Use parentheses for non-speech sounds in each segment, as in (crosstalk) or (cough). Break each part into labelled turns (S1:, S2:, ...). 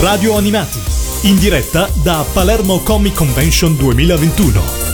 S1: Radio Animati, in diretta da Palermo Comic Convention 2021.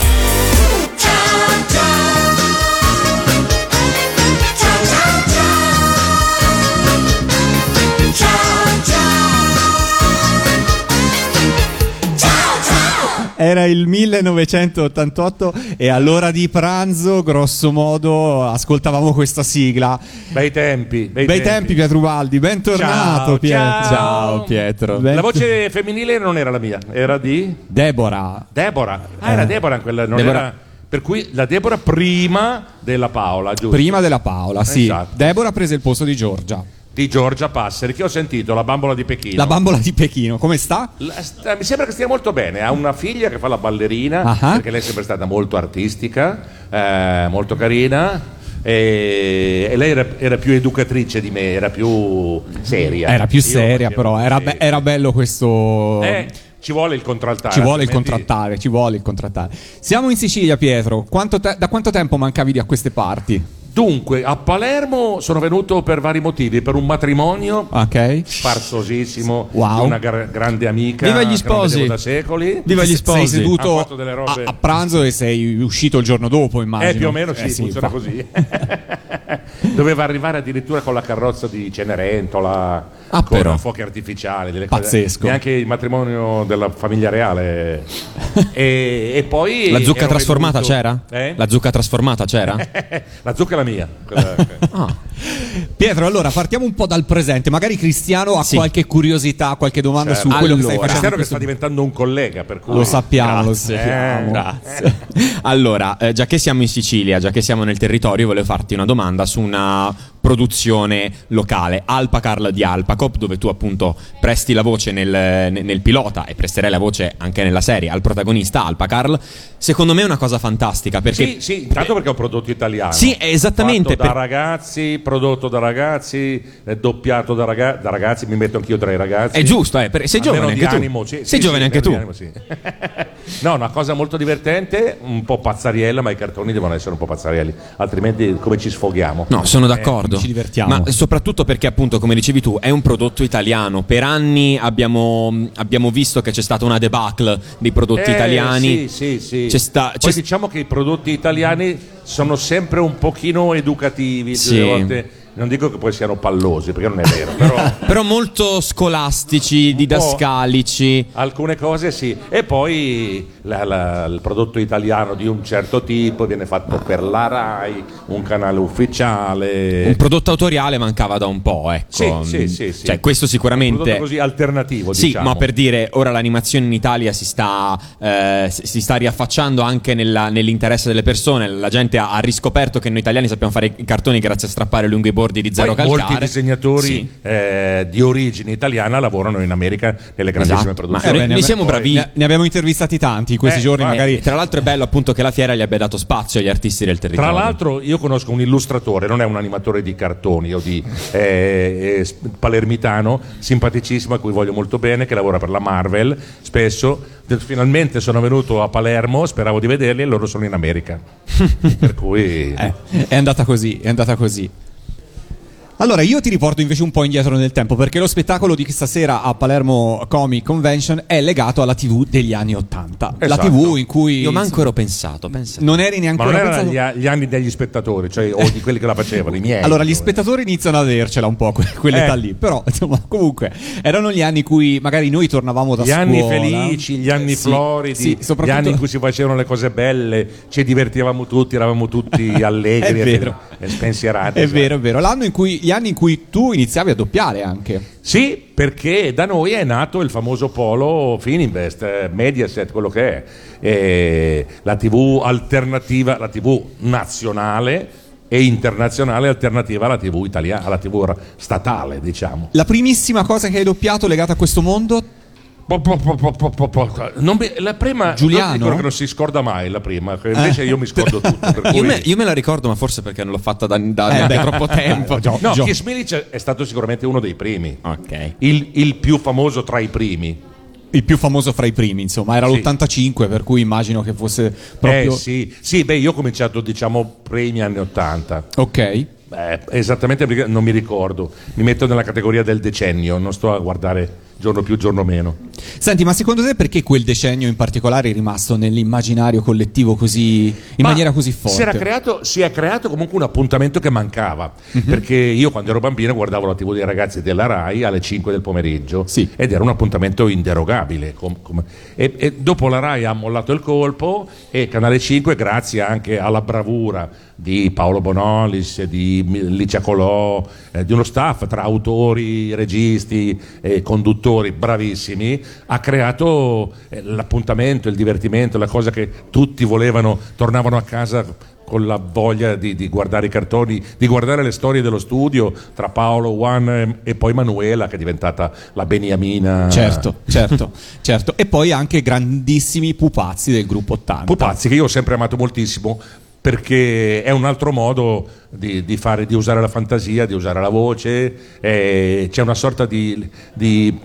S2: Era il 1988 e all'ora di pranzo, grosso modo, ascoltavamo questa sigla.
S3: Bei tempi, bei,
S2: Bei tempi, Pietro Ubaldi, bentornato
S3: Ciao,
S2: Pietro.
S3: ciao.
S4: Pietro.
S2: Ben-
S3: La voce femminile non era la mia, era di
S2: Deborah.
S3: Deborah. Ah,
S2: Eh.
S3: era Deborah quella, non
S2: Deborah.
S3: era- Per cui la Deborah prima della Paola, giusto?
S2: Prima della Paola, sì.
S3: Esatto.
S2: Deborah prese il posto di Giorgia.
S3: Di Giorgia Passeri, che ho sentito, la bambola di Pechino.
S2: La bambola di Pechino, come sta?
S3: La- sta- mi sembra che stia molto bene. Ha una figlia che fa la ballerina,
S2: Ah.
S3: perché lei è sempre stata molto artistica, eh, molto carina. E, e lei era, era più educatrice di me, era più seria.
S2: Era più
S3: Io
S2: seria,
S3: facevo-
S2: però era,
S3: sì.
S2: be- era bello questo.
S3: Eh, ci vuole il contraltare.
S2: Ci vuole il
S3: altrimenti-
S2: contrattare, ci vuole il contrattare. Siamo in Sicilia, Pietro. Quanto te- da quanto tempo mancavi di a queste parti?
S3: Dunque, a Palermo sono venuto per vari motivi, per un matrimonio
S2: Ok?
S3: farsosissimo
S2: Wow.
S3: di una gar- grande amica
S4: Viva gli
S3: che non
S4: sposi.
S3: vedevo da secoli.
S4: Viva gli
S2: Se- Sei
S4: sposi.
S3: Ha
S2: seduto
S3: fatto delle
S2: a,
S3: robe-
S2: a pranzo e sei uscito il giorno dopo, immagino.
S3: Eh, più o meno sì,
S2: Eh,
S3: funziona
S2: fa-
S3: così. (laughs) Doveva arrivare addirittura con la carrozza di Cenerentola,
S2: Ah,
S3: con
S2: però.
S3: fuochi artificiali, delle
S2: Pazzesco.
S3: cose. Neanche il matrimonio della famiglia reale. e, e poi.
S4: La zucca
S3: ero
S4: trasformata
S3: venuto-
S4: c'era?
S3: Eh?
S4: La zucca trasformata c'era?
S2: (laughs)
S3: La zucca è la mia.
S4: (laughs)
S3: quella che-
S2: Ah. Pietro, allora partiamo un po' dal presente. Magari Cristiano ha
S4: Sì.
S2: qualche curiosità, qualche domanda su quello che stai
S3: Certo. Allora,
S2: facendo.
S3: Cristiano
S2: in
S3: che
S2: questo
S3: sta diventando un collega, per cui
S2: Lo sappiamo, lo
S4: Grazie.
S2: sappiamo.
S3: Eh,
S4: Grazie.
S2: (laughs)
S4: Allora, eh, già che siamo in Sicilia, già che siamo nel territorio, volevo farti una domanda su una produzione locale, Alpa Carl di Alpacop, dove tu appunto presti la voce nel, nel- nel pilota e presterai la voce anche nella serie al protagonista Alpa Carl. Secondo me è una cosa fantastica perché
S3: Sì, sì, intanto perché è un prodotto italiano.
S4: Sì, è esattamente,
S3: Fatto da
S4: per-
S3: ragazzi, prodotto da ragazzi, eh, doppiato da, raga- da ragazzi, mi metto anch'io tra i ragazzi.
S4: è giusto, eh, per- sei
S3: Almeno
S4: giovane
S3: di
S4: anche tu.
S3: animo, sì,
S4: sei
S3: sì,
S4: giovane
S3: sì, (laughs)
S4: anche tu.
S3: almeno di animo, sì. no, una cosa molto divertente, un po' pazzariella, ma i cartoni devono essere un po' pazzarielli, altrimenti come ci sfoghiamo?
S4: No, sono d'accordo.
S2: ci divertiamo.
S4: Ma soprattutto perché, appunto, come dicevi tu, è un prodotto italiano. Per anni abbiamo, abbiamo visto che c'è stata una debacle dei prodotti
S3: Eh,
S4: italiani.
S3: Sì, sì, sì.
S4: C'è sta-
S3: Poi
S4: c'è-
S3: diciamo che i prodotti italiani sono sempre un pochino educativi, tutte
S4: Sì.
S3: le volte. Non dico che poi siano pallosi, perché non è vero, però
S4: (laughs) Però molto scolastici, didascalici.
S3: Alcune cose sì, e poi la- la- il prodotto italiano di un certo tipo viene fatto per la RAI, un canale ufficiale.
S4: Un prodotto autoriale mancava da un po', ecco.
S3: Eh. Sì, sì, sì, sì.
S4: Cioè, questo
S3: Un prodotto
S4: sicuramente.
S3: così alternativo,
S4: Sì,
S3: diciamo.
S4: ma per dire, ora l'animazione in Italia si sta, eh, si- si sta riaffacciando anche nella- nell'interesse delle persone. La gente ha, ha riscoperto che noi italiani sappiamo fare i cartoni grazie a strappare lungo i bordi di zero
S3: Poi molti
S4: calcare.
S3: disegnatori
S4: Sì.
S3: eh, di origine italiana lavorano in America nelle grandissime
S4: Esatto, ma-
S2: Eh,
S3: produzioni.
S2: beh,
S4: noi-
S2: ne
S4: noi
S2: abbi-
S4: siamo bravi.
S2: Ne, ne abbiamo intervistati tanti in questi
S3: Eh,
S2: giorni,
S3: va-
S2: magari.
S4: E tra l'altro è bello appunto che la fiera gli abbia dato spazio agli artisti del
S3: Tra
S4: territorio.
S3: l'altro io conosco un illustratore, non è un animatore di cartoni o
S2: (laughs)
S3: di eh, eh, sp- palermitano, simpaticissimo, a cui voglio molto bene, che lavora per la Marvel spesso. De- Finalmente sono venuto a Palermo, speravo di vederli e loro sono
S2: (laughs)
S3: in America. per cui...
S2: Eh, è andata così, è andata così. Allora, io ti riporto invece un po' indietro nel tempo, perché lo spettacolo di questa sera a Palermo Comic Convention è legato alla TV degli anni Ottanta. La
S3: Esatto.
S2: TV in cui
S4: io manco ero pensato, pensa.
S2: non eri neanche
S3: Ma non erano
S2: pensato-
S3: gli, a- gli anni degli spettatori, cioè o di quelli che la facevano, i miei.
S2: Allora, gli
S3: insomma.
S2: spettatori iniziano ad avercela un po', que- quell'età
S3: Eh.
S2: lì. Però, insomma, comunque, erano gli anni in cui magari noi tornavamo da
S3: Gli
S2: scuola.
S3: anni felici, gli anni
S2: Eh, sì,
S3: floridi,
S2: sì,
S3: gli
S2: soprattutto- (laughs)
S3: anni in cui si facevano le cose belle, ci divertivamo tutti,
S2: (laughs)
S3: eravamo tutti allegri
S2: È
S3: e-
S2: vero.
S3: e spensierati.
S2: È
S3: esatto.
S2: vero, è vero. L'anno in cui, gli anni in cui tu iniziavi a doppiare anche.
S3: Sì, perché da noi è nato il famoso polo Fininvest, eh, Mediaset, quello che è, Eh, la TV alternativa, la TV nazionale e internazionale alternativa alla TV italiana, alla TV ra- statale, diciamo.
S2: La primissima cosa che hai doppiato legata a questo mondo?
S3: Po- po- po- po- po- po- po- non mi- la prima
S2: Giuliano?
S3: non mi ricordo che non si scorda mai la prima, che invece io mi scordo tutto. per
S4: Eh. (laughs) Io
S3: cui-
S4: me, io me la ricordo, ma forse perché non l'ho fatta da, da-
S2: Eh,
S3: (laughs)
S4: da
S2: beh. (laughs)
S4: troppo tempo.
S2: Gio-
S3: No,
S2: Gio-
S3: Kiss Me c'è- è stato sicuramente uno dei primi,
S4: Ok.
S3: il- il più famoso tra i primi.
S2: il più famoso fra i primi, insomma, era
S3: Sì.
S2: l'85, per cui immagino che fosse proprio.
S3: Eh sì, sì, beh, io ho cominciato diciamo primi anni 80.
S2: Ok.
S3: Beh, esattamente perché non mi ricordo. Mi metto nella categoria del decennio, non sto a guardare giorno più, giorno meno.
S2: Senti, ma secondo te perché quel decennio in particolare è rimasto nell'immaginario collettivo così in
S3: Ma
S2: maniera così
S3: Si, era
S2: forte?
S3: creato, si è creato comunque un appuntamento che mancava.
S2: Mhm.
S3: Perché io quando ero bambino guardavo la TV dei ragazzi della Rai alle 5 del pomeriggio
S2: Sì.
S3: ed era un appuntamento inderogabile. com- com- e, e dopo la Rai ha mollato il colpo e Canale 5, grazie anche alla bravura di Paolo Bonolis, di Mi- Licia Colò, eh, di uno staff tra autori, registi e conduttori bravissimi, ha creato eh, l'appuntamento, il divertimento, la cosa che tutti volevano, tornavano a casa con la voglia di, di guardare i cartoni, di guardare le storie dello studio tra Paolo, Juan e, e poi Manuela che è diventata la Beniamina.
S2: Certo,
S3: Eh.
S2: certo, certo. E poi anche grandissimi pupazzi del gruppo 80.
S3: Pupazzi che io ho sempre amato moltissimo perché è un altro modo di, di fare, di usare la fantasia, di usare la voce, eh, c'è una sorta di, di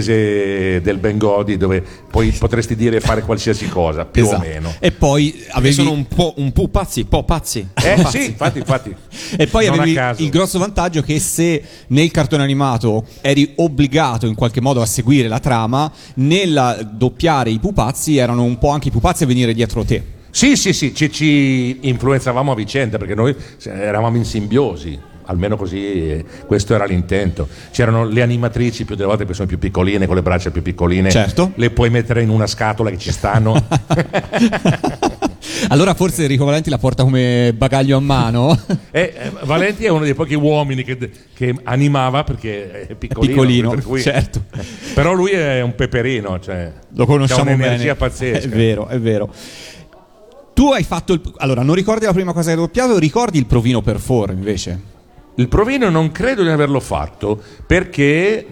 S3: paese del Bengodi dove poi potresti dire e fare qualsiasi cosa, più
S2: Esatto.
S3: o meno.
S2: E poi
S4: Che
S2: avevi
S4: sono un po', un po' pazzi, po' pazzi.
S3: Eh sì, infatti, infatti.
S2: E poi
S3: Non a
S2: avevi
S3: caso.
S2: il grosso vantaggio che se nel cartone animato eri obbligato in qualche modo a seguire la trama, nel doppiare i pupazzi erano un po' anche i pupazzi a venire dietro te.
S3: Sì, sì, sì, ci, ci influenzavamo a vicenda perché noi eh, eravamo in simbiosi, almeno così eh, questo era l'intento. C'erano le animatrici più delle volte che sono più piccoline, con le braccia più piccoline,
S2: Certo.
S3: le puoi mettere in una scatola che ci stanno.
S2: (laughs) Allora forse Enrico Valenti la porta come bagaglio a mano.
S3: Eh, eh, Valenti è uno dei pochi uomini che, che animava perché è piccolino,
S2: Piccolino,
S3: per cui-
S2: certo.
S3: però lui è un peperino, cioè,
S2: Lo conosciamo
S3: c'ha un'energia
S2: bene. È
S3: pazzesca.
S2: vero, è vero. Tu hai fatto il... Allora, non ricordi la prima cosa che hai doppiato, ricordi il provino per foro invece?
S3: Il provino non credo di averlo fatto perché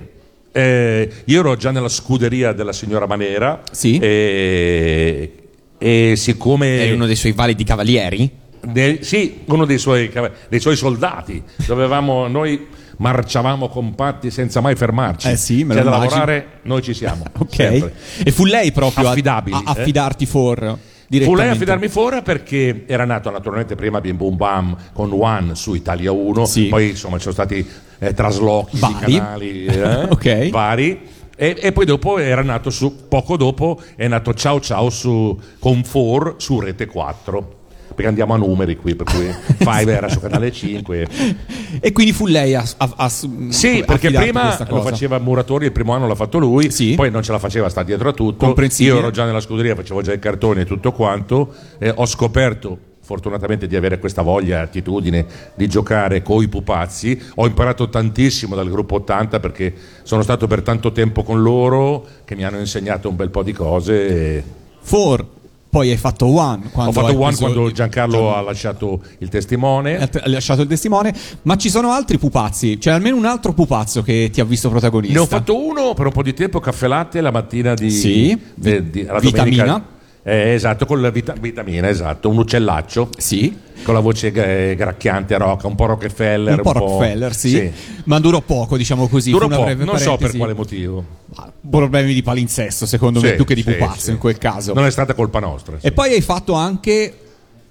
S3: eh, io ero già nella scuderia della signora Manera
S2: Sì.
S3: e, e siccome...
S2: Eh.
S4: Eri uno dei suoi validi cavalieri?
S3: De- sì, uno dei suoi, cava- dei suoi soldati. Dovevamo, noi marciavamo compatti senza mai fermarci.
S2: Eh sì, me
S3: C'è
S2: lo
S3: da
S2: immagino.
S3: lavorare, noi ci siamo.
S2: (laughs) Ok.
S3: sempre.
S2: E fu lei proprio a-
S3: Affidabili,
S2: a,
S3: eh?
S2: affidarti for
S3: Fu lei a
S2: direttamente.
S3: affidarmi fuori perché era nato naturalmente prima Bim Bum Bam con One su Italia 1,
S2: Sì.
S3: poi insomma ci sono stati eh, traslochi
S2: Vari.
S3: di canali eh,
S2: (laughs) Ok.
S3: vari. E, e poi dopo era nato su, poco dopo è nato Ciao Ciao su, con Four su Rete 4 perché andiamo a numeri qui per
S2: (laughs)
S3: cui Five era su canale 5
S2: E quindi fu lei a, a, a-
S3: sì perché
S2: affidarti
S3: prima
S2: questa
S3: lo
S2: cosa.
S3: faceva Muratori il primo anno l'ha fatto lui
S2: Sì.
S3: poi non ce la faceva sta dietro a tutto
S2: Comprensibile.
S3: io ero già nella scuderia facevo già i cartoni e tutto quanto e ho scoperto fortunatamente di avere questa voglia e attitudine di giocare coi pupazzi ho imparato tantissimo dal gruppo 80 perché sono stato per tanto tempo con loro che mi hanno insegnato un bel po' di cose e
S2: For, poi hai fatto One quando
S3: ho fatto
S2: hai
S3: One
S2: preso-
S3: quando Giancarlo ha lasciato il testimone
S2: (laughs) ha ha lasciato il testimone, ma ci sono altri pupazzi, c'è almeno un altro pupazzo che ti ha visto protagonista.
S3: Ne ho fatto uno per un po' di tempo, caffè latte la mattina di,
S2: Sì,
S3: de-
S2: vi-
S3: di- alla
S2: vitamina.
S3: domenica. Eh, esatto, con la vita- vitamina, esatto, un uccellaccio
S2: Sì,
S3: con la voce eh, gracchiante, rocca, un po' Rockefeller.
S2: un po' Rockefeller, sì.
S3: sì.
S2: ma durò poco, diciamo così.
S3: Dura
S2: fu una
S3: un po',
S2: breve
S3: non so per
S2: parentesi.
S3: quale motivo.
S2: Ma Problemi di palinsesto, secondo me,
S3: Sì,
S2: più che di
S3: sì,
S2: pupazzo
S3: sì.
S2: in quel caso.
S3: Non è stata colpa nostra. sì.
S2: E poi hai fatto anche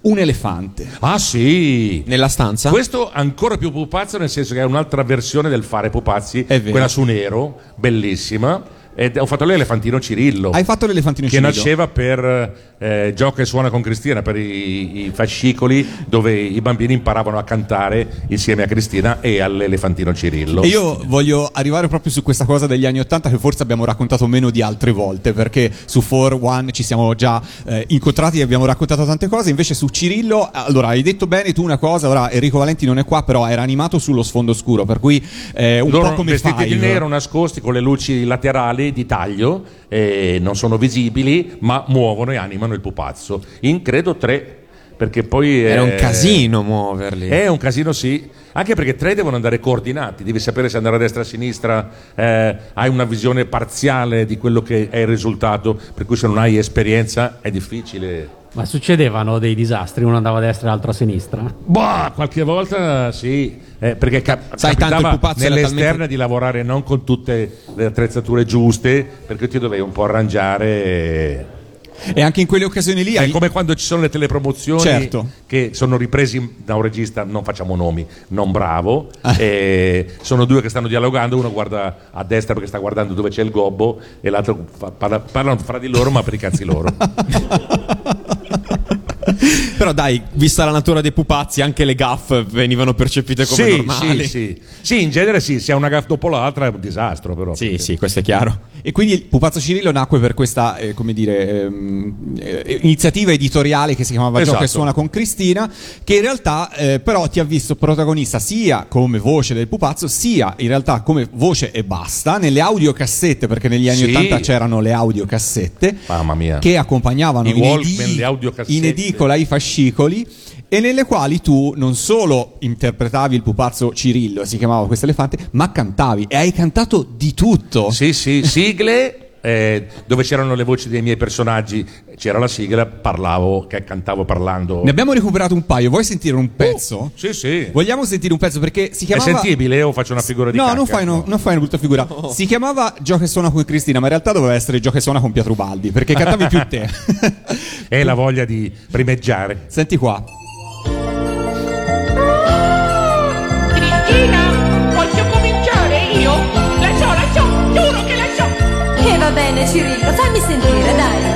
S2: un elefante.
S3: Ah sì!
S4: Nella stanza?
S3: Questo ancora più pupazzo, nel senso che è un'altra versione del fare pupazzi,
S2: È vero.
S3: quella su nero, bellissima. Ed ho fatto l'elefantino Cirillo.
S2: Hai fatto l'elefantino
S3: che
S2: Cirillo.
S3: nasceva per eh, Gioca e suona con Cristina, per i, i fascicoli dove i bambini imparavano a cantare insieme a Cristina e all'elefantino Cirillo.
S2: E io voglio arrivare proprio su questa cosa degli anni Ottanta che forse abbiamo raccontato meno di altre volte perché su 4-1 ci siamo già eh, incontrati e abbiamo raccontato tante cose, invece su Cirillo, allora hai detto bene tu una cosa, ora Enrico Valenti non è qua però era animato sullo sfondo scuro per cui eh, un
S3: Loro
S2: po' come
S3: vestiti di
S2: Five.
S3: nero nascosti con le luci laterali di taglio, eh, non sono visibili, ma muovono e animano il pupazzo. In credo tre, perché poi
S4: Era
S3: eh,
S4: un casino muoverli.
S3: È un casino, sì. Anche perché tre devono andare coordinati, devi sapere se andare a destra o a sinistra, eh, hai una visione parziale di quello che è il risultato, per cui se non hai esperienza è difficile.
S5: Ma succedevano dei disastri, uno andava a destra e l'altro a sinistra.
S3: Boh, qualche volta sì, eh, perché cap-
S4: Sai, tanto il
S3: capitava
S4: pupazzo era
S3: nell'esterna
S4: talmente-
S3: di lavorare non con tutte le attrezzature giuste, perché ti dovevi un po' arrangiare. eh.
S2: E anche in quelle occasioni lì...
S3: È come quando ci sono le telepromozioni
S2: Certo.
S3: che sono ripresi da un regista, non facciamo nomi, non bravo.
S2: Ah.
S3: e sono due che stanno dialogando, uno guarda a destra perché sta guardando dove c'è il gobbo e l'altro fa- parla- parlano fra di loro ma per i
S2: (laughs)
S3: cazzi loro. Ecco.
S4: Però dai, vista la natura dei pupazzi, anche le gaff venivano percepite come
S3: sì,
S4: normali.
S3: sì, sì. Sì, in genere sì, se è una gaff dopo l'altra è un disastro però.
S4: Sì, sì, questo è chiaro.
S2: E quindi il Pupazzo Cirillo nacque per questa, eh, come dire, ehm, eh, iniziativa editoriale che si chiamava
S3: Esatto.
S2: Gioca e suona con Cristina, che in realtà eh, però ti ha visto protagonista sia come voce del Pupazzo, sia in realtà come voce e basta, nelle audiocassette, perché negli anni
S3: Sì.
S2: 80 c'erano le audiocassette,
S3: Mamma mia.
S2: che accompagnavano
S3: I
S2: in,
S3: Walkman,
S2: edi-
S3: le audiocassette.
S2: in edicola i fascicoli e nelle quali tu non solo interpretavi il pupazzo Cirillo, si chiamava questo elefante, ma cantavi e hai cantato di tutto.
S3: Sì, sì, sigle eh, dove c'erano le voci dei miei personaggi, c'era la sigla, parlavo, che cantavo parlando.
S2: Ne abbiamo recuperato un paio, vuoi sentire un pezzo?
S3: Sì, sì.
S2: Vogliamo sentire un pezzo perché si chiamava...
S3: Uh. È sentibile o faccio una figura di
S2: No,
S3: cacca?
S2: non fai, no- non fai una brutta figura. Si chiamava Gio che suona con Cristina, ma in realtà doveva essere Gio che suona con Pietro Baldi, perché cantavi più
S3: (laughs)
S2: te.
S3: È la voglia di primeggiare.
S2: Senti qua.
S6: Cristina, voglio cominciare io? La so, la so, giuro che la so.
S7: E va bene Cirillo, fammi sentire, dai.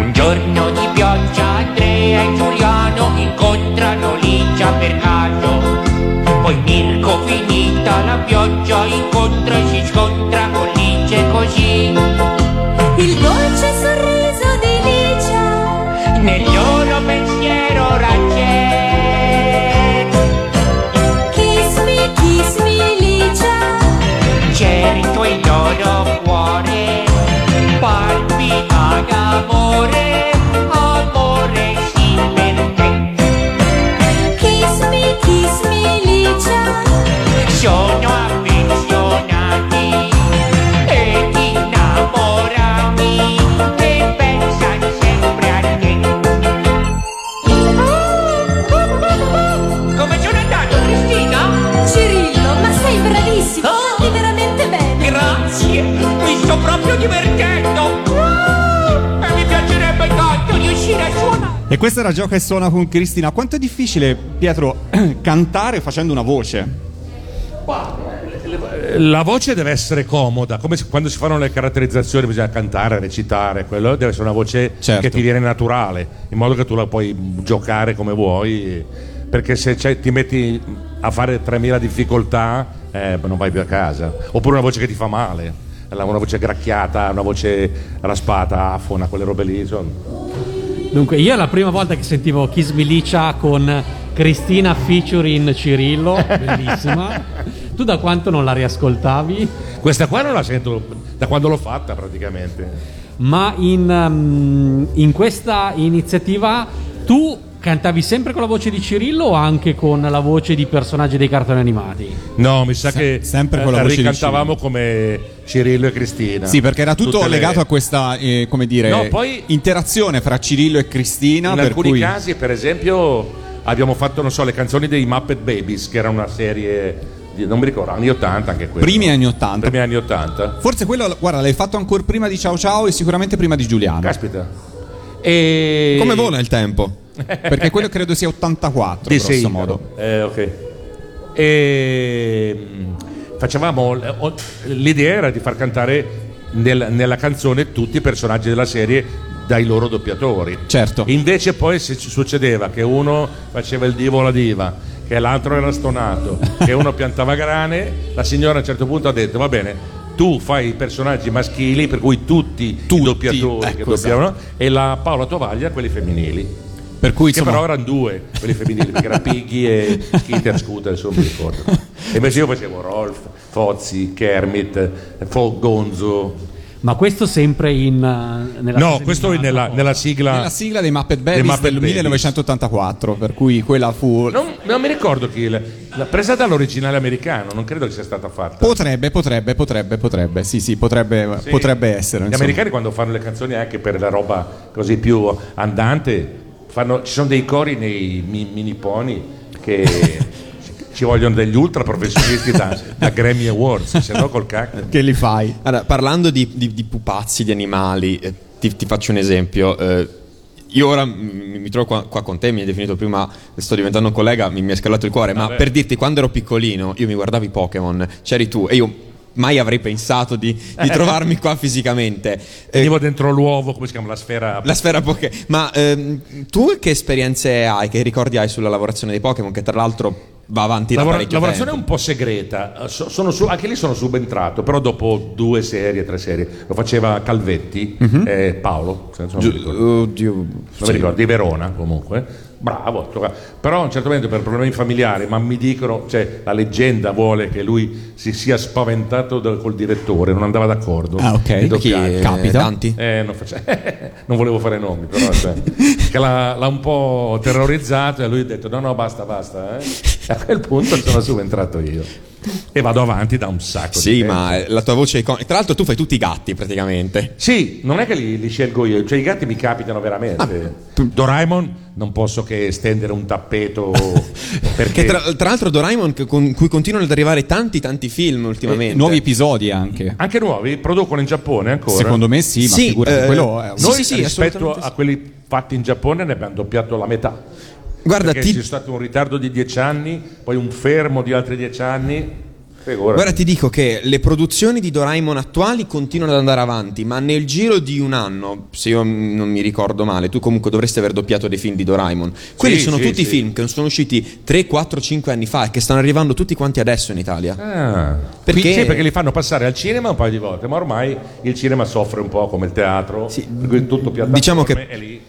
S8: Un giorno di pioggia Andrea e Giuliano incontrano Ligia per caso. Poi Mirko finita la pioggia incontra e si scontra con Ligia e così.
S7: Il dolce sorriso di Licia.
S8: Nel loro pensiero raggiè
S7: Kiss me, kiss me Licia.
S8: certo il loro cuore palpita d'amore, amore sì per te.
S7: Kiss me, kiss me Licia.
S8: sono affezionati ed innamorati e pensano sempre a te.
S6: Come sono andato, Cristina?
S7: Cirillo, ma sei bravissimo,
S8: Oh.
S7: canti veramente bene.
S8: Grazie, mi sto proprio divertendo e mi piacerebbe tanto riuscire a suonare.
S2: E questa era Gio che suona con Cristina. Quanto è difficile, Pietro, (clears throat) cantare facendo una voce?
S3: La voce deve essere comoda, come se- quando si fanno le caratterizzazioni bisogna cantare, recitare, quello deve essere una voce
S2: Certo.
S3: che ti viene naturale, in modo che tu la puoi giocare come vuoi, e- perché se c'è- ti metti a fare 3000 difficoltà eh, non vai più a casa, oppure una voce che ti fa male. la- Una voce gracchiata, una voce raspata, afona, quelle robe lì. insomma.
S5: Dunque, io è la prima volta che sentivo Kiss Milicia con Cristina featuring Cirillo, bellissima. tu da quanto non la riascoltavi?
S3: Questa qua non la sento da quando l'ho fatta praticamente.
S5: Ma in, um, in questa iniziativa tu cantavi sempre con la voce di Cirillo o anche con la voce di personaggi dei cartoni animati?
S3: No, mi sa che
S2: sempre
S3: eh,
S2: con la
S3: la
S2: voce di
S3: ricantavamo come Cirillo e Cristina.
S2: Sì, perché era tutto
S3: Cioè, Tutte le-
S2: legato a questa, eh, come dire,
S3: No, poi-
S2: interazione fra Cirillo e Cristina.
S3: In
S2: per
S3: alcuni
S2: cui...
S3: casi, per esempio, abbiamo fatto, non so, le canzoni dei Muppet Babies, che era una serie, di, non mi ricordo, anni 80 anche quella.
S2: Primi anni Ah, 80.
S3: Primi anni 80.
S2: Forse quello, guarda, l'hai fatto ancora prima di Ciao Ciao e sicuramente prima di Giuliano.
S3: Caspita. E...
S4: Come vola il tempo?
S2: (laughs) Perché quello credo sia 84,
S3: Di
S2: grosso
S3: Seicaro.
S2: modo.
S3: Eh, ok. E mm, facevamo eh, o- l'idea era di far cantare nel- nella canzone tutti i personaggi della serie dai loro doppiatori.
S2: Certo.
S3: Invece poi se ci succedeva che uno faceva il divo o la diva, che l'altro era stonato,
S2: (laughs)
S3: che uno piantava grane, la signora a un certo punto ha detto va bene, tu fai i personaggi maschili per cui tutti, i doppiatori che
S2: ecco,
S3: doppiavano e la Paola Tovaglia quelli femminili.
S2: Per cui,
S3: Che
S2: insomma,
S3: però erano due, quelli femminili, perché era Piggy e Skeeter Scooter, insomma, mi ricordo. E invece io facevo Rolf, Fozzi, Kermit, Fo Gonzo.
S5: Ma questo sempre in, eh, nella
S3: No,
S5: stessa
S3: questo è
S5: animata,
S3: nella,
S5: o-
S3: nella sigla.
S2: nella sigla dei Muppet Babies
S3: Ah. Dei Muppet
S2: del
S3: Babies.
S2: 1984, per cui quella fu...
S3: Non, non mi ricordo chi. La, la presa dall'originale americano, non credo che sia stata fatta.
S2: Potrebbe, potrebbe, potrebbe, potrebbe. Sì, sì, potrebbe,
S3: Sì.
S2: potrebbe essere.
S3: Gli
S2: insomma.
S3: americani quando fanno le canzoni anche per la roba così più (laughs) andante, fanno- ci sono dei cori nei mi- mini pony che. ci vogliono degli ultra professionisti da, da Grammy Awards, se no col cacchio.
S2: Che li fai?
S4: Allora, parlando di, di- di pupazzi, di animali, eh, ti, ti faccio un esempio. eh, io ora mi, mi trovo qua, qua con te, mi hai definito prima, sto diventando un collega, mi, mi è scallato il cuore, ma
S3: Vabbè.
S4: per dirti, quando ero piccolino, io mi guardavo i Pokémon, c'eri tu e io mai avrei pensato di,
S3: (laughs)
S4: di trovarmi qua fisicamente. Eh,
S3: Venivo dentro l'uovo, come si chiama la sfera?
S4: la sfera Pokémon. Ma ehm, tu che esperienze hai, che ricordi hai sulla lavorazione dei Pokémon, che tra l'altro va avanti
S3: La
S4: da
S3: lavora-
S4: parecchio
S3: lavorazione è
S4: tempo?
S3: un po' segreta, eh, So- sono su- anche lì sono subentrato, però dopo due serie, tre serie, lo faceva Calvetti,
S4: Mhm.
S3: eh, Paolo, se non mi ricordo.
S4: eh, Oddio,
S3: non mi ricordo, di Verona comunque. Bravo, tocca- però a un certo momento per problemi familiari, ma mi dicono, cioè la leggenda vuole che lui si sia spaventato da- col direttore, non andava d'accordo.
S2: Ah, ok.
S3: Di
S4: Chi,
S3: doppiaggio.
S4: eh,
S2: Capita.
S4: Tanti?
S3: Eh, non, faccia- (laughs) non volevo fare nomi, però cioè, che l'ha, l'ha un po' terrorizzato e lui ha detto no, no, basta, basta. eh. A quel punto sono subentrato io e vado avanti da un sacco. di
S4: Sì,
S3: tempo.
S4: ma eh, la tua voce è iconica. Tra l'altro, tu fai tutti i gatti praticamente.
S3: Sì, non è che li, li scelgo io, cioè i gatti mi capitano
S4: Ah,
S3: veramente. Doraemon non posso che stendere un
S4: (laughs)
S3: tappeto perché
S4: Che tra, tra l'altro, Doraemon, che- con cui continuano ad arrivare tanti, tanti film
S3: Eh,
S4: ultimamente.
S2: Nuovi episodi anche.
S3: anche nuovi producono in Giapone ancora.
S2: Secondo me sì, ma
S4: Sì,
S2: figurati,
S4: eh,
S2: quello è un-
S4: sì,
S3: Noi
S4: sì, sì,
S3: rispetto
S4: assolutamente
S3: a
S4: sì.
S3: quelli fatti in Giappone ne abbiamo doppiato la metà.
S4: Guarda,
S3: perché
S4: ti,
S3: c'è stato un ritardo di dieci anni, poi un fermo di altri dieci anni. Figurati.
S4: guarda, ti dico che le produzioni di Doraemon attuali continuano ad andare avanti, ma nel giro di un anno, se io m- non mi ricordo male, tu comunque dovresti aver doppiato dei film di Doraemon. Quelli
S3: Sì,
S4: sono
S3: sì,
S4: tutti
S3: sì.
S4: film che sono usciti 3, 4, 5 anni fa e che stanno arrivando tutti quanti adesso in Italia.
S3: Ah.
S4: Perché-
S3: Qui- sì, perché li fanno passare al cinema un paio di volte, ma ormai il cinema soffre un po' come il teatro,
S4: Sì,
S3: per cui tutto piattaforme
S4: diciamo che-
S3: è lì.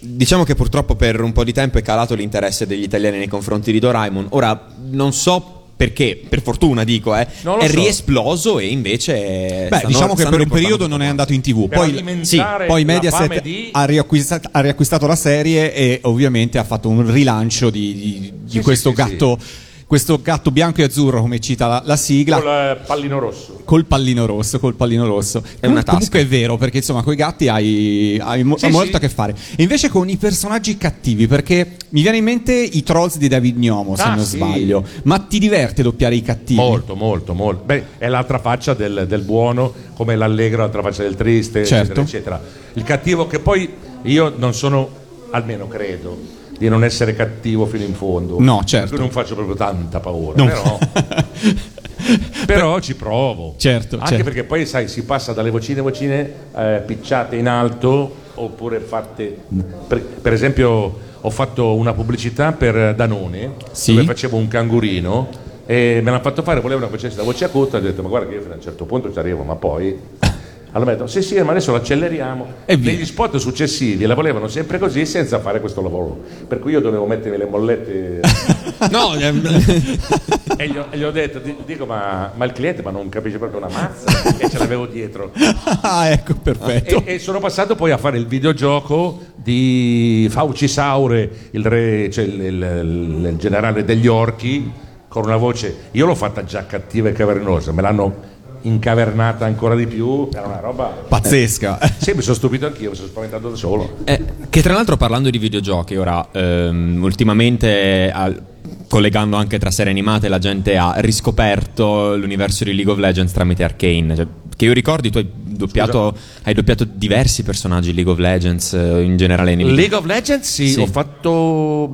S4: Diciamo che purtroppo per un po' di tempo è calato l'interesse degli italiani nei confronti di Doraemon. Ora non so perché, per fortuna dico, eh,
S3: Non lo
S4: è
S3: so.
S4: riesploso e invece.
S2: Beh,
S4: stanno-
S2: diciamo che
S4: stanno
S2: per un
S4: riportando
S2: periodo non è
S4: tutto
S2: andato in tv,
S3: Per
S2: poi,
S3: alimentare
S2: poi
S3: la fame
S2: Mediaset
S3: di-
S2: ha, riacquista- ha riacquistato la serie e ovviamente ha fatto un rilancio di, di- di
S3: Sì,
S2: questo
S3: sì, sì,
S2: gatto. Questo gatto bianco e azzurro, come cita la, la sigla,
S3: Con il eh, pallino rosso.
S2: col pallino rosso, col pallino rosso.
S4: È una tasca.
S2: Comunque è vero, perché insomma con i gatti hai, hai mo-
S3: Sì,
S2: molto
S3: sì.
S2: a che fare. E invece con i personaggi cattivi, perché mi viene in mente i trolls di David Gnomo, se
S3: Ah,
S2: non
S3: sì.
S2: sbaglio. Ma ti diverte doppiare i cattivi?
S3: Molto, molto, molto. Beh, è l'altra faccia del, del buono, come l'allegro, l'altra faccia del triste,
S2: Certo.
S3: eccetera, eccetera. Il cattivo che poi io non sono, almeno credo, di non essere cattivo fino in fondo.
S2: No,
S3: Per
S2: certo.
S3: cui non faccio proprio tanta
S2: No.
S3: paura, però...
S2: (laughs)
S3: però ci provo.
S2: Certo,
S3: Anche
S2: certo.
S3: perché poi, sai, si passa dalle vocine vocine eh, picciate in alto oppure fatte... Per, per esempio ho fatto una pubblicità per Danone
S2: Sì.
S3: dove facevo un cangurino e me l'hanno fatto fare, volevano che facessi la voce a cotta, ho detto ma guarda che io fino a un certo punto ci arrivo, ma
S2: (laughs)
S3: poi... Allora mi hanno detto sì sì ma adesso l'acceleriamo.
S2: E via.
S3: Negli spot successivi la volevano sempre così senza fare questo lavoro. Per cui io dovevo mettermi le
S2: (laughs)
S3: mollette
S2: No, ehm, (laughs)
S3: e gli ho, e gli ho detto, di- dico, ma, ma il cliente ma non capisce proprio
S2: (laughs)
S3: una mazza che ce l'avevo dietro.
S2: ah, ecco, perfetto.
S3: E, e sono passato poi a fare il videogioco di Fauci Saure, il re, cioè il, il- il generale degli orchi, con una voce. Io l'ho fatta già cattiva e cavernosa, me l'hanno incavernata ancora di più. Era una roba.
S2: Pazzesca.
S3: Sì, mi sono stupito anch'io, mi sono spaventato da solo.
S4: Eh, che tra l'altro parlando di videogiochi ora, ehm, ultimamente al- collegando anche tra serie animate la gente ha riscoperto l'universo di League of Legends tramite Arcane. Cioè, che io ricordi tu hai doppiato, hai doppiato diversi personaggi di League of Legends eh, in generale. nei video-
S3: League of Legends, sì,
S4: Sì.
S3: ho fatto.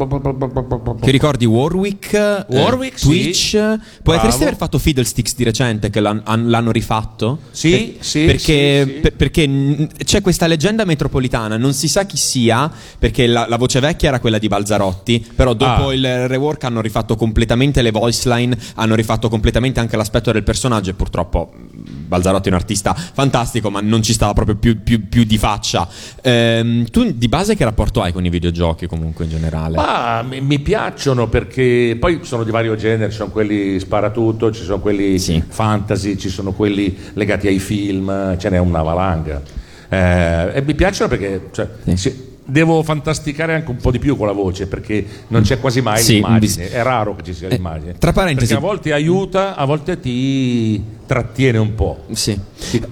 S4: Che ricordi Warwick, eh,
S3: Warwick, sì.
S4: Twitch, poi
S3: Bravo.
S4: potresti aver fatto Fiddlesticks di recente che l'han- han- l'hanno rifatto?
S3: Sì, sì,
S4: Perché,
S3: sì, sì.
S4: per- perché, mm, c'è questa leggenda metropolitana, non si sa chi sia, perché la, la voce vecchia era quella di Balzarotti, però dopo
S3: Ah.
S4: il rework hanno rifatto completamente le voice line, hanno rifatto completamente anche l'aspetto del personaggio e purtroppo mm, Balzarotti è un artista fantastico, ma non ci stava proprio più, più- più di faccia. Ehm, tu di base che rapporto hai con i videogiochi comunque in generale?
S3: Ma mi, mi piacciono perché poi sono di vario genere, ci sono quelli sparatutto, ci sono quelli
S4: Sì.
S3: fantasy, ci sono quelli legati ai film, ce n'è una valanga. Eh, e mi piacciono perché cioè,
S4: Sì.
S3: si- devo fantasticare anche un po' di più con la voce perché non c'è quasi mai
S4: Sì,
S3: l'immagine,
S4: bis-
S3: è raro che ci sia
S4: Eh,
S3: l'immagine.
S4: tra parentesi-
S3: Perché a volte aiuta, a volte ti trattiene un po'.
S4: Sì.
S3: Ti-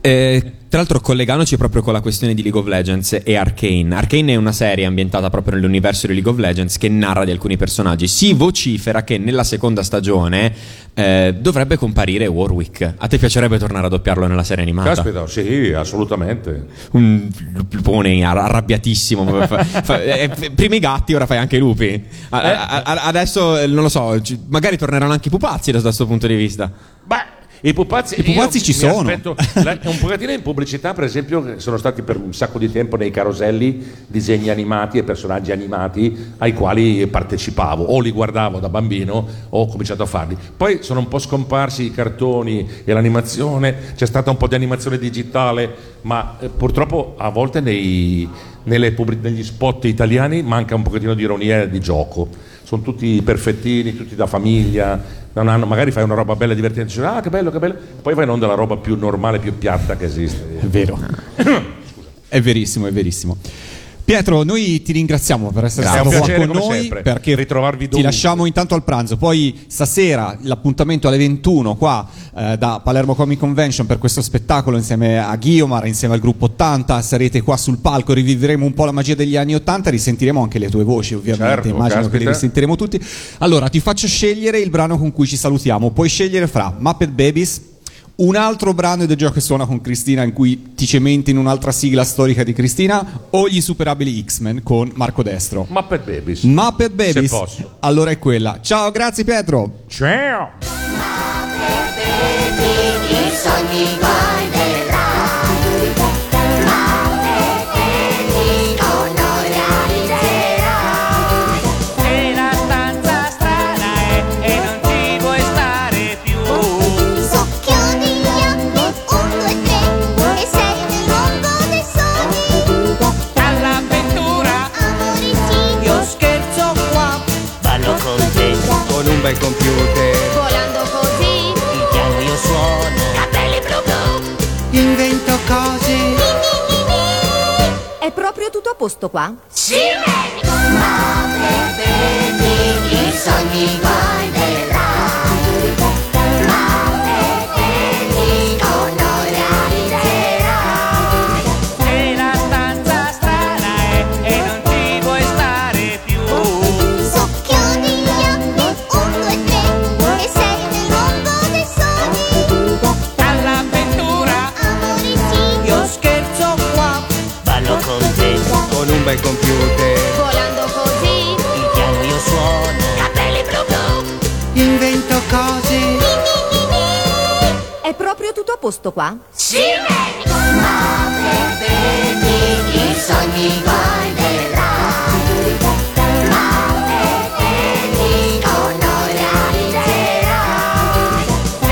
S4: Eh, Tra l'altro collegandoci proprio con la questione di League of Legends e Arcane. Arcane è una serie ambientata proprio nell'universo di League of Legends che narra di alcuni personaggi. Si vocifera che nella seconda stagione eh, dovrebbe comparire Warwick. A te piacerebbe tornare a doppiarlo nella serie animata?
S3: Caspita, sì, assolutamente.
S4: un lupone ar- arrabbiatissimo. Fa- fa- eh, f- prima i gatti, ora fai anche i lupi. A- a- a- adesso eh, non lo so, ci- magari torneranno anche i pupazzi da questo punto di vista.
S3: Beh, i pupazzi,
S2: I pupazzi
S3: io
S2: ci
S3: mi
S2: sono.
S3: aspetto- la- un pochettino in pubblicità, per esempio, che sono stati per un sacco di tempo nei caroselli disegni animati e personaggi animati ai quali partecipavo o li guardavo da bambino o ho cominciato a farli. Poi sono un po' scomparsi i cartoni e l'animazione, c'è stata un po' di animazione digitale, ma eh, purtroppo a volte nei- nelle pubblic- negli spot italiani manca un pochettino di ironia e di gioco sono tutti perfettini, tutti da famiglia, non hanno- magari fai una roba bella e divertente, dici ah che bello, che bello, poi vai in onda la roba più normale, più piatta che esiste.
S2: È vero. (coughs) è verissimo, è verissimo. Pietro, noi ti ringraziamo per essere
S3: Grazie. È un
S2: stato
S3: piacere,
S2: qua con
S3: come
S2: noi
S3: sempre,
S2: perché
S3: ritrovarvi
S2: ti
S3: dovunque.
S2: lasciamo intanto al pranzo, poi stasera l'appuntamento alle 21 qua eh, da Palermo Comic Convention per questo spettacolo insieme a Ghiomar, insieme al gruppo 80, sarete qua sul palco, rivivremo un po' la magia degli anni 80, risentiremo anche le tue voci ovviamente,
S3: Certo,
S2: immagino che
S3: caspita.
S2: le risentiremo tutti. Allora, ti faccio scegliere il brano con cui ci salutiamo, puoi scegliere fra Muppet Babies, un altro brano del gioco che suona con Cristina in cui ti cementi in un'altra sigla storica di Cristina o gli superabili X-Men con Marco Destro.
S3: Ma per babies.
S2: Ma per Babies,
S3: Se posso.
S2: allora è quella. Ciao, grazie Pietro.
S3: Ciao!
S8: E la stanza strana è e non ci vuoi stare più.
S7: Chiudi gli occhi, un, due, tre, e sei nel mondo dei sogni.
S8: All'avventura
S7: Amoricini,
S8: io scherzo qua. Ballo con te,
S9: Con un bel computer
S7: volando così,
S8: il piano io suono.
S7: capelli blu blu.
S9: invento cose.
S7: È proprio tutto a posto qua?
S8: E la stanza strana è e non ci vuoi stare più.
S7: Chiudi gli occhi, un, due, tre, e sei nel mondo dei sogni.
S8: All'avventura
S7: Amoricini,
S8: io scherzo qua. Ballo con te,
S9: Con un bel computer
S7: volando così,
S8: il piano io suono.
S7: capelli blu blu.
S9: invento cose.
S7: È proprio tutto a posto qua?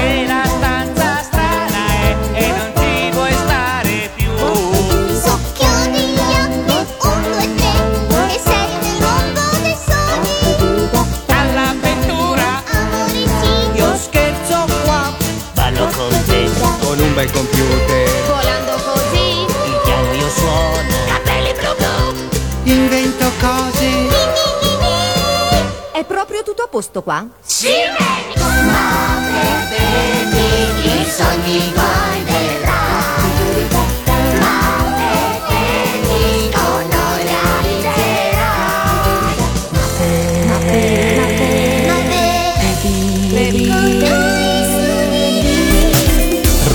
S8: E la stanza strana è e non ci vuoi stare più.
S7: Chiudi gli occhi, un, due, tre, e sei nel mondo dei sogni.
S8: All'avventura
S7: Amoricini,
S8: io scherzo qua. Ballo con te, il
S9: Con un bel computer
S7: volando così,
S8: piano io suono.
S7: capelli blu blu.
S9: invento cose.
S7: È proprio tutto a posto qua?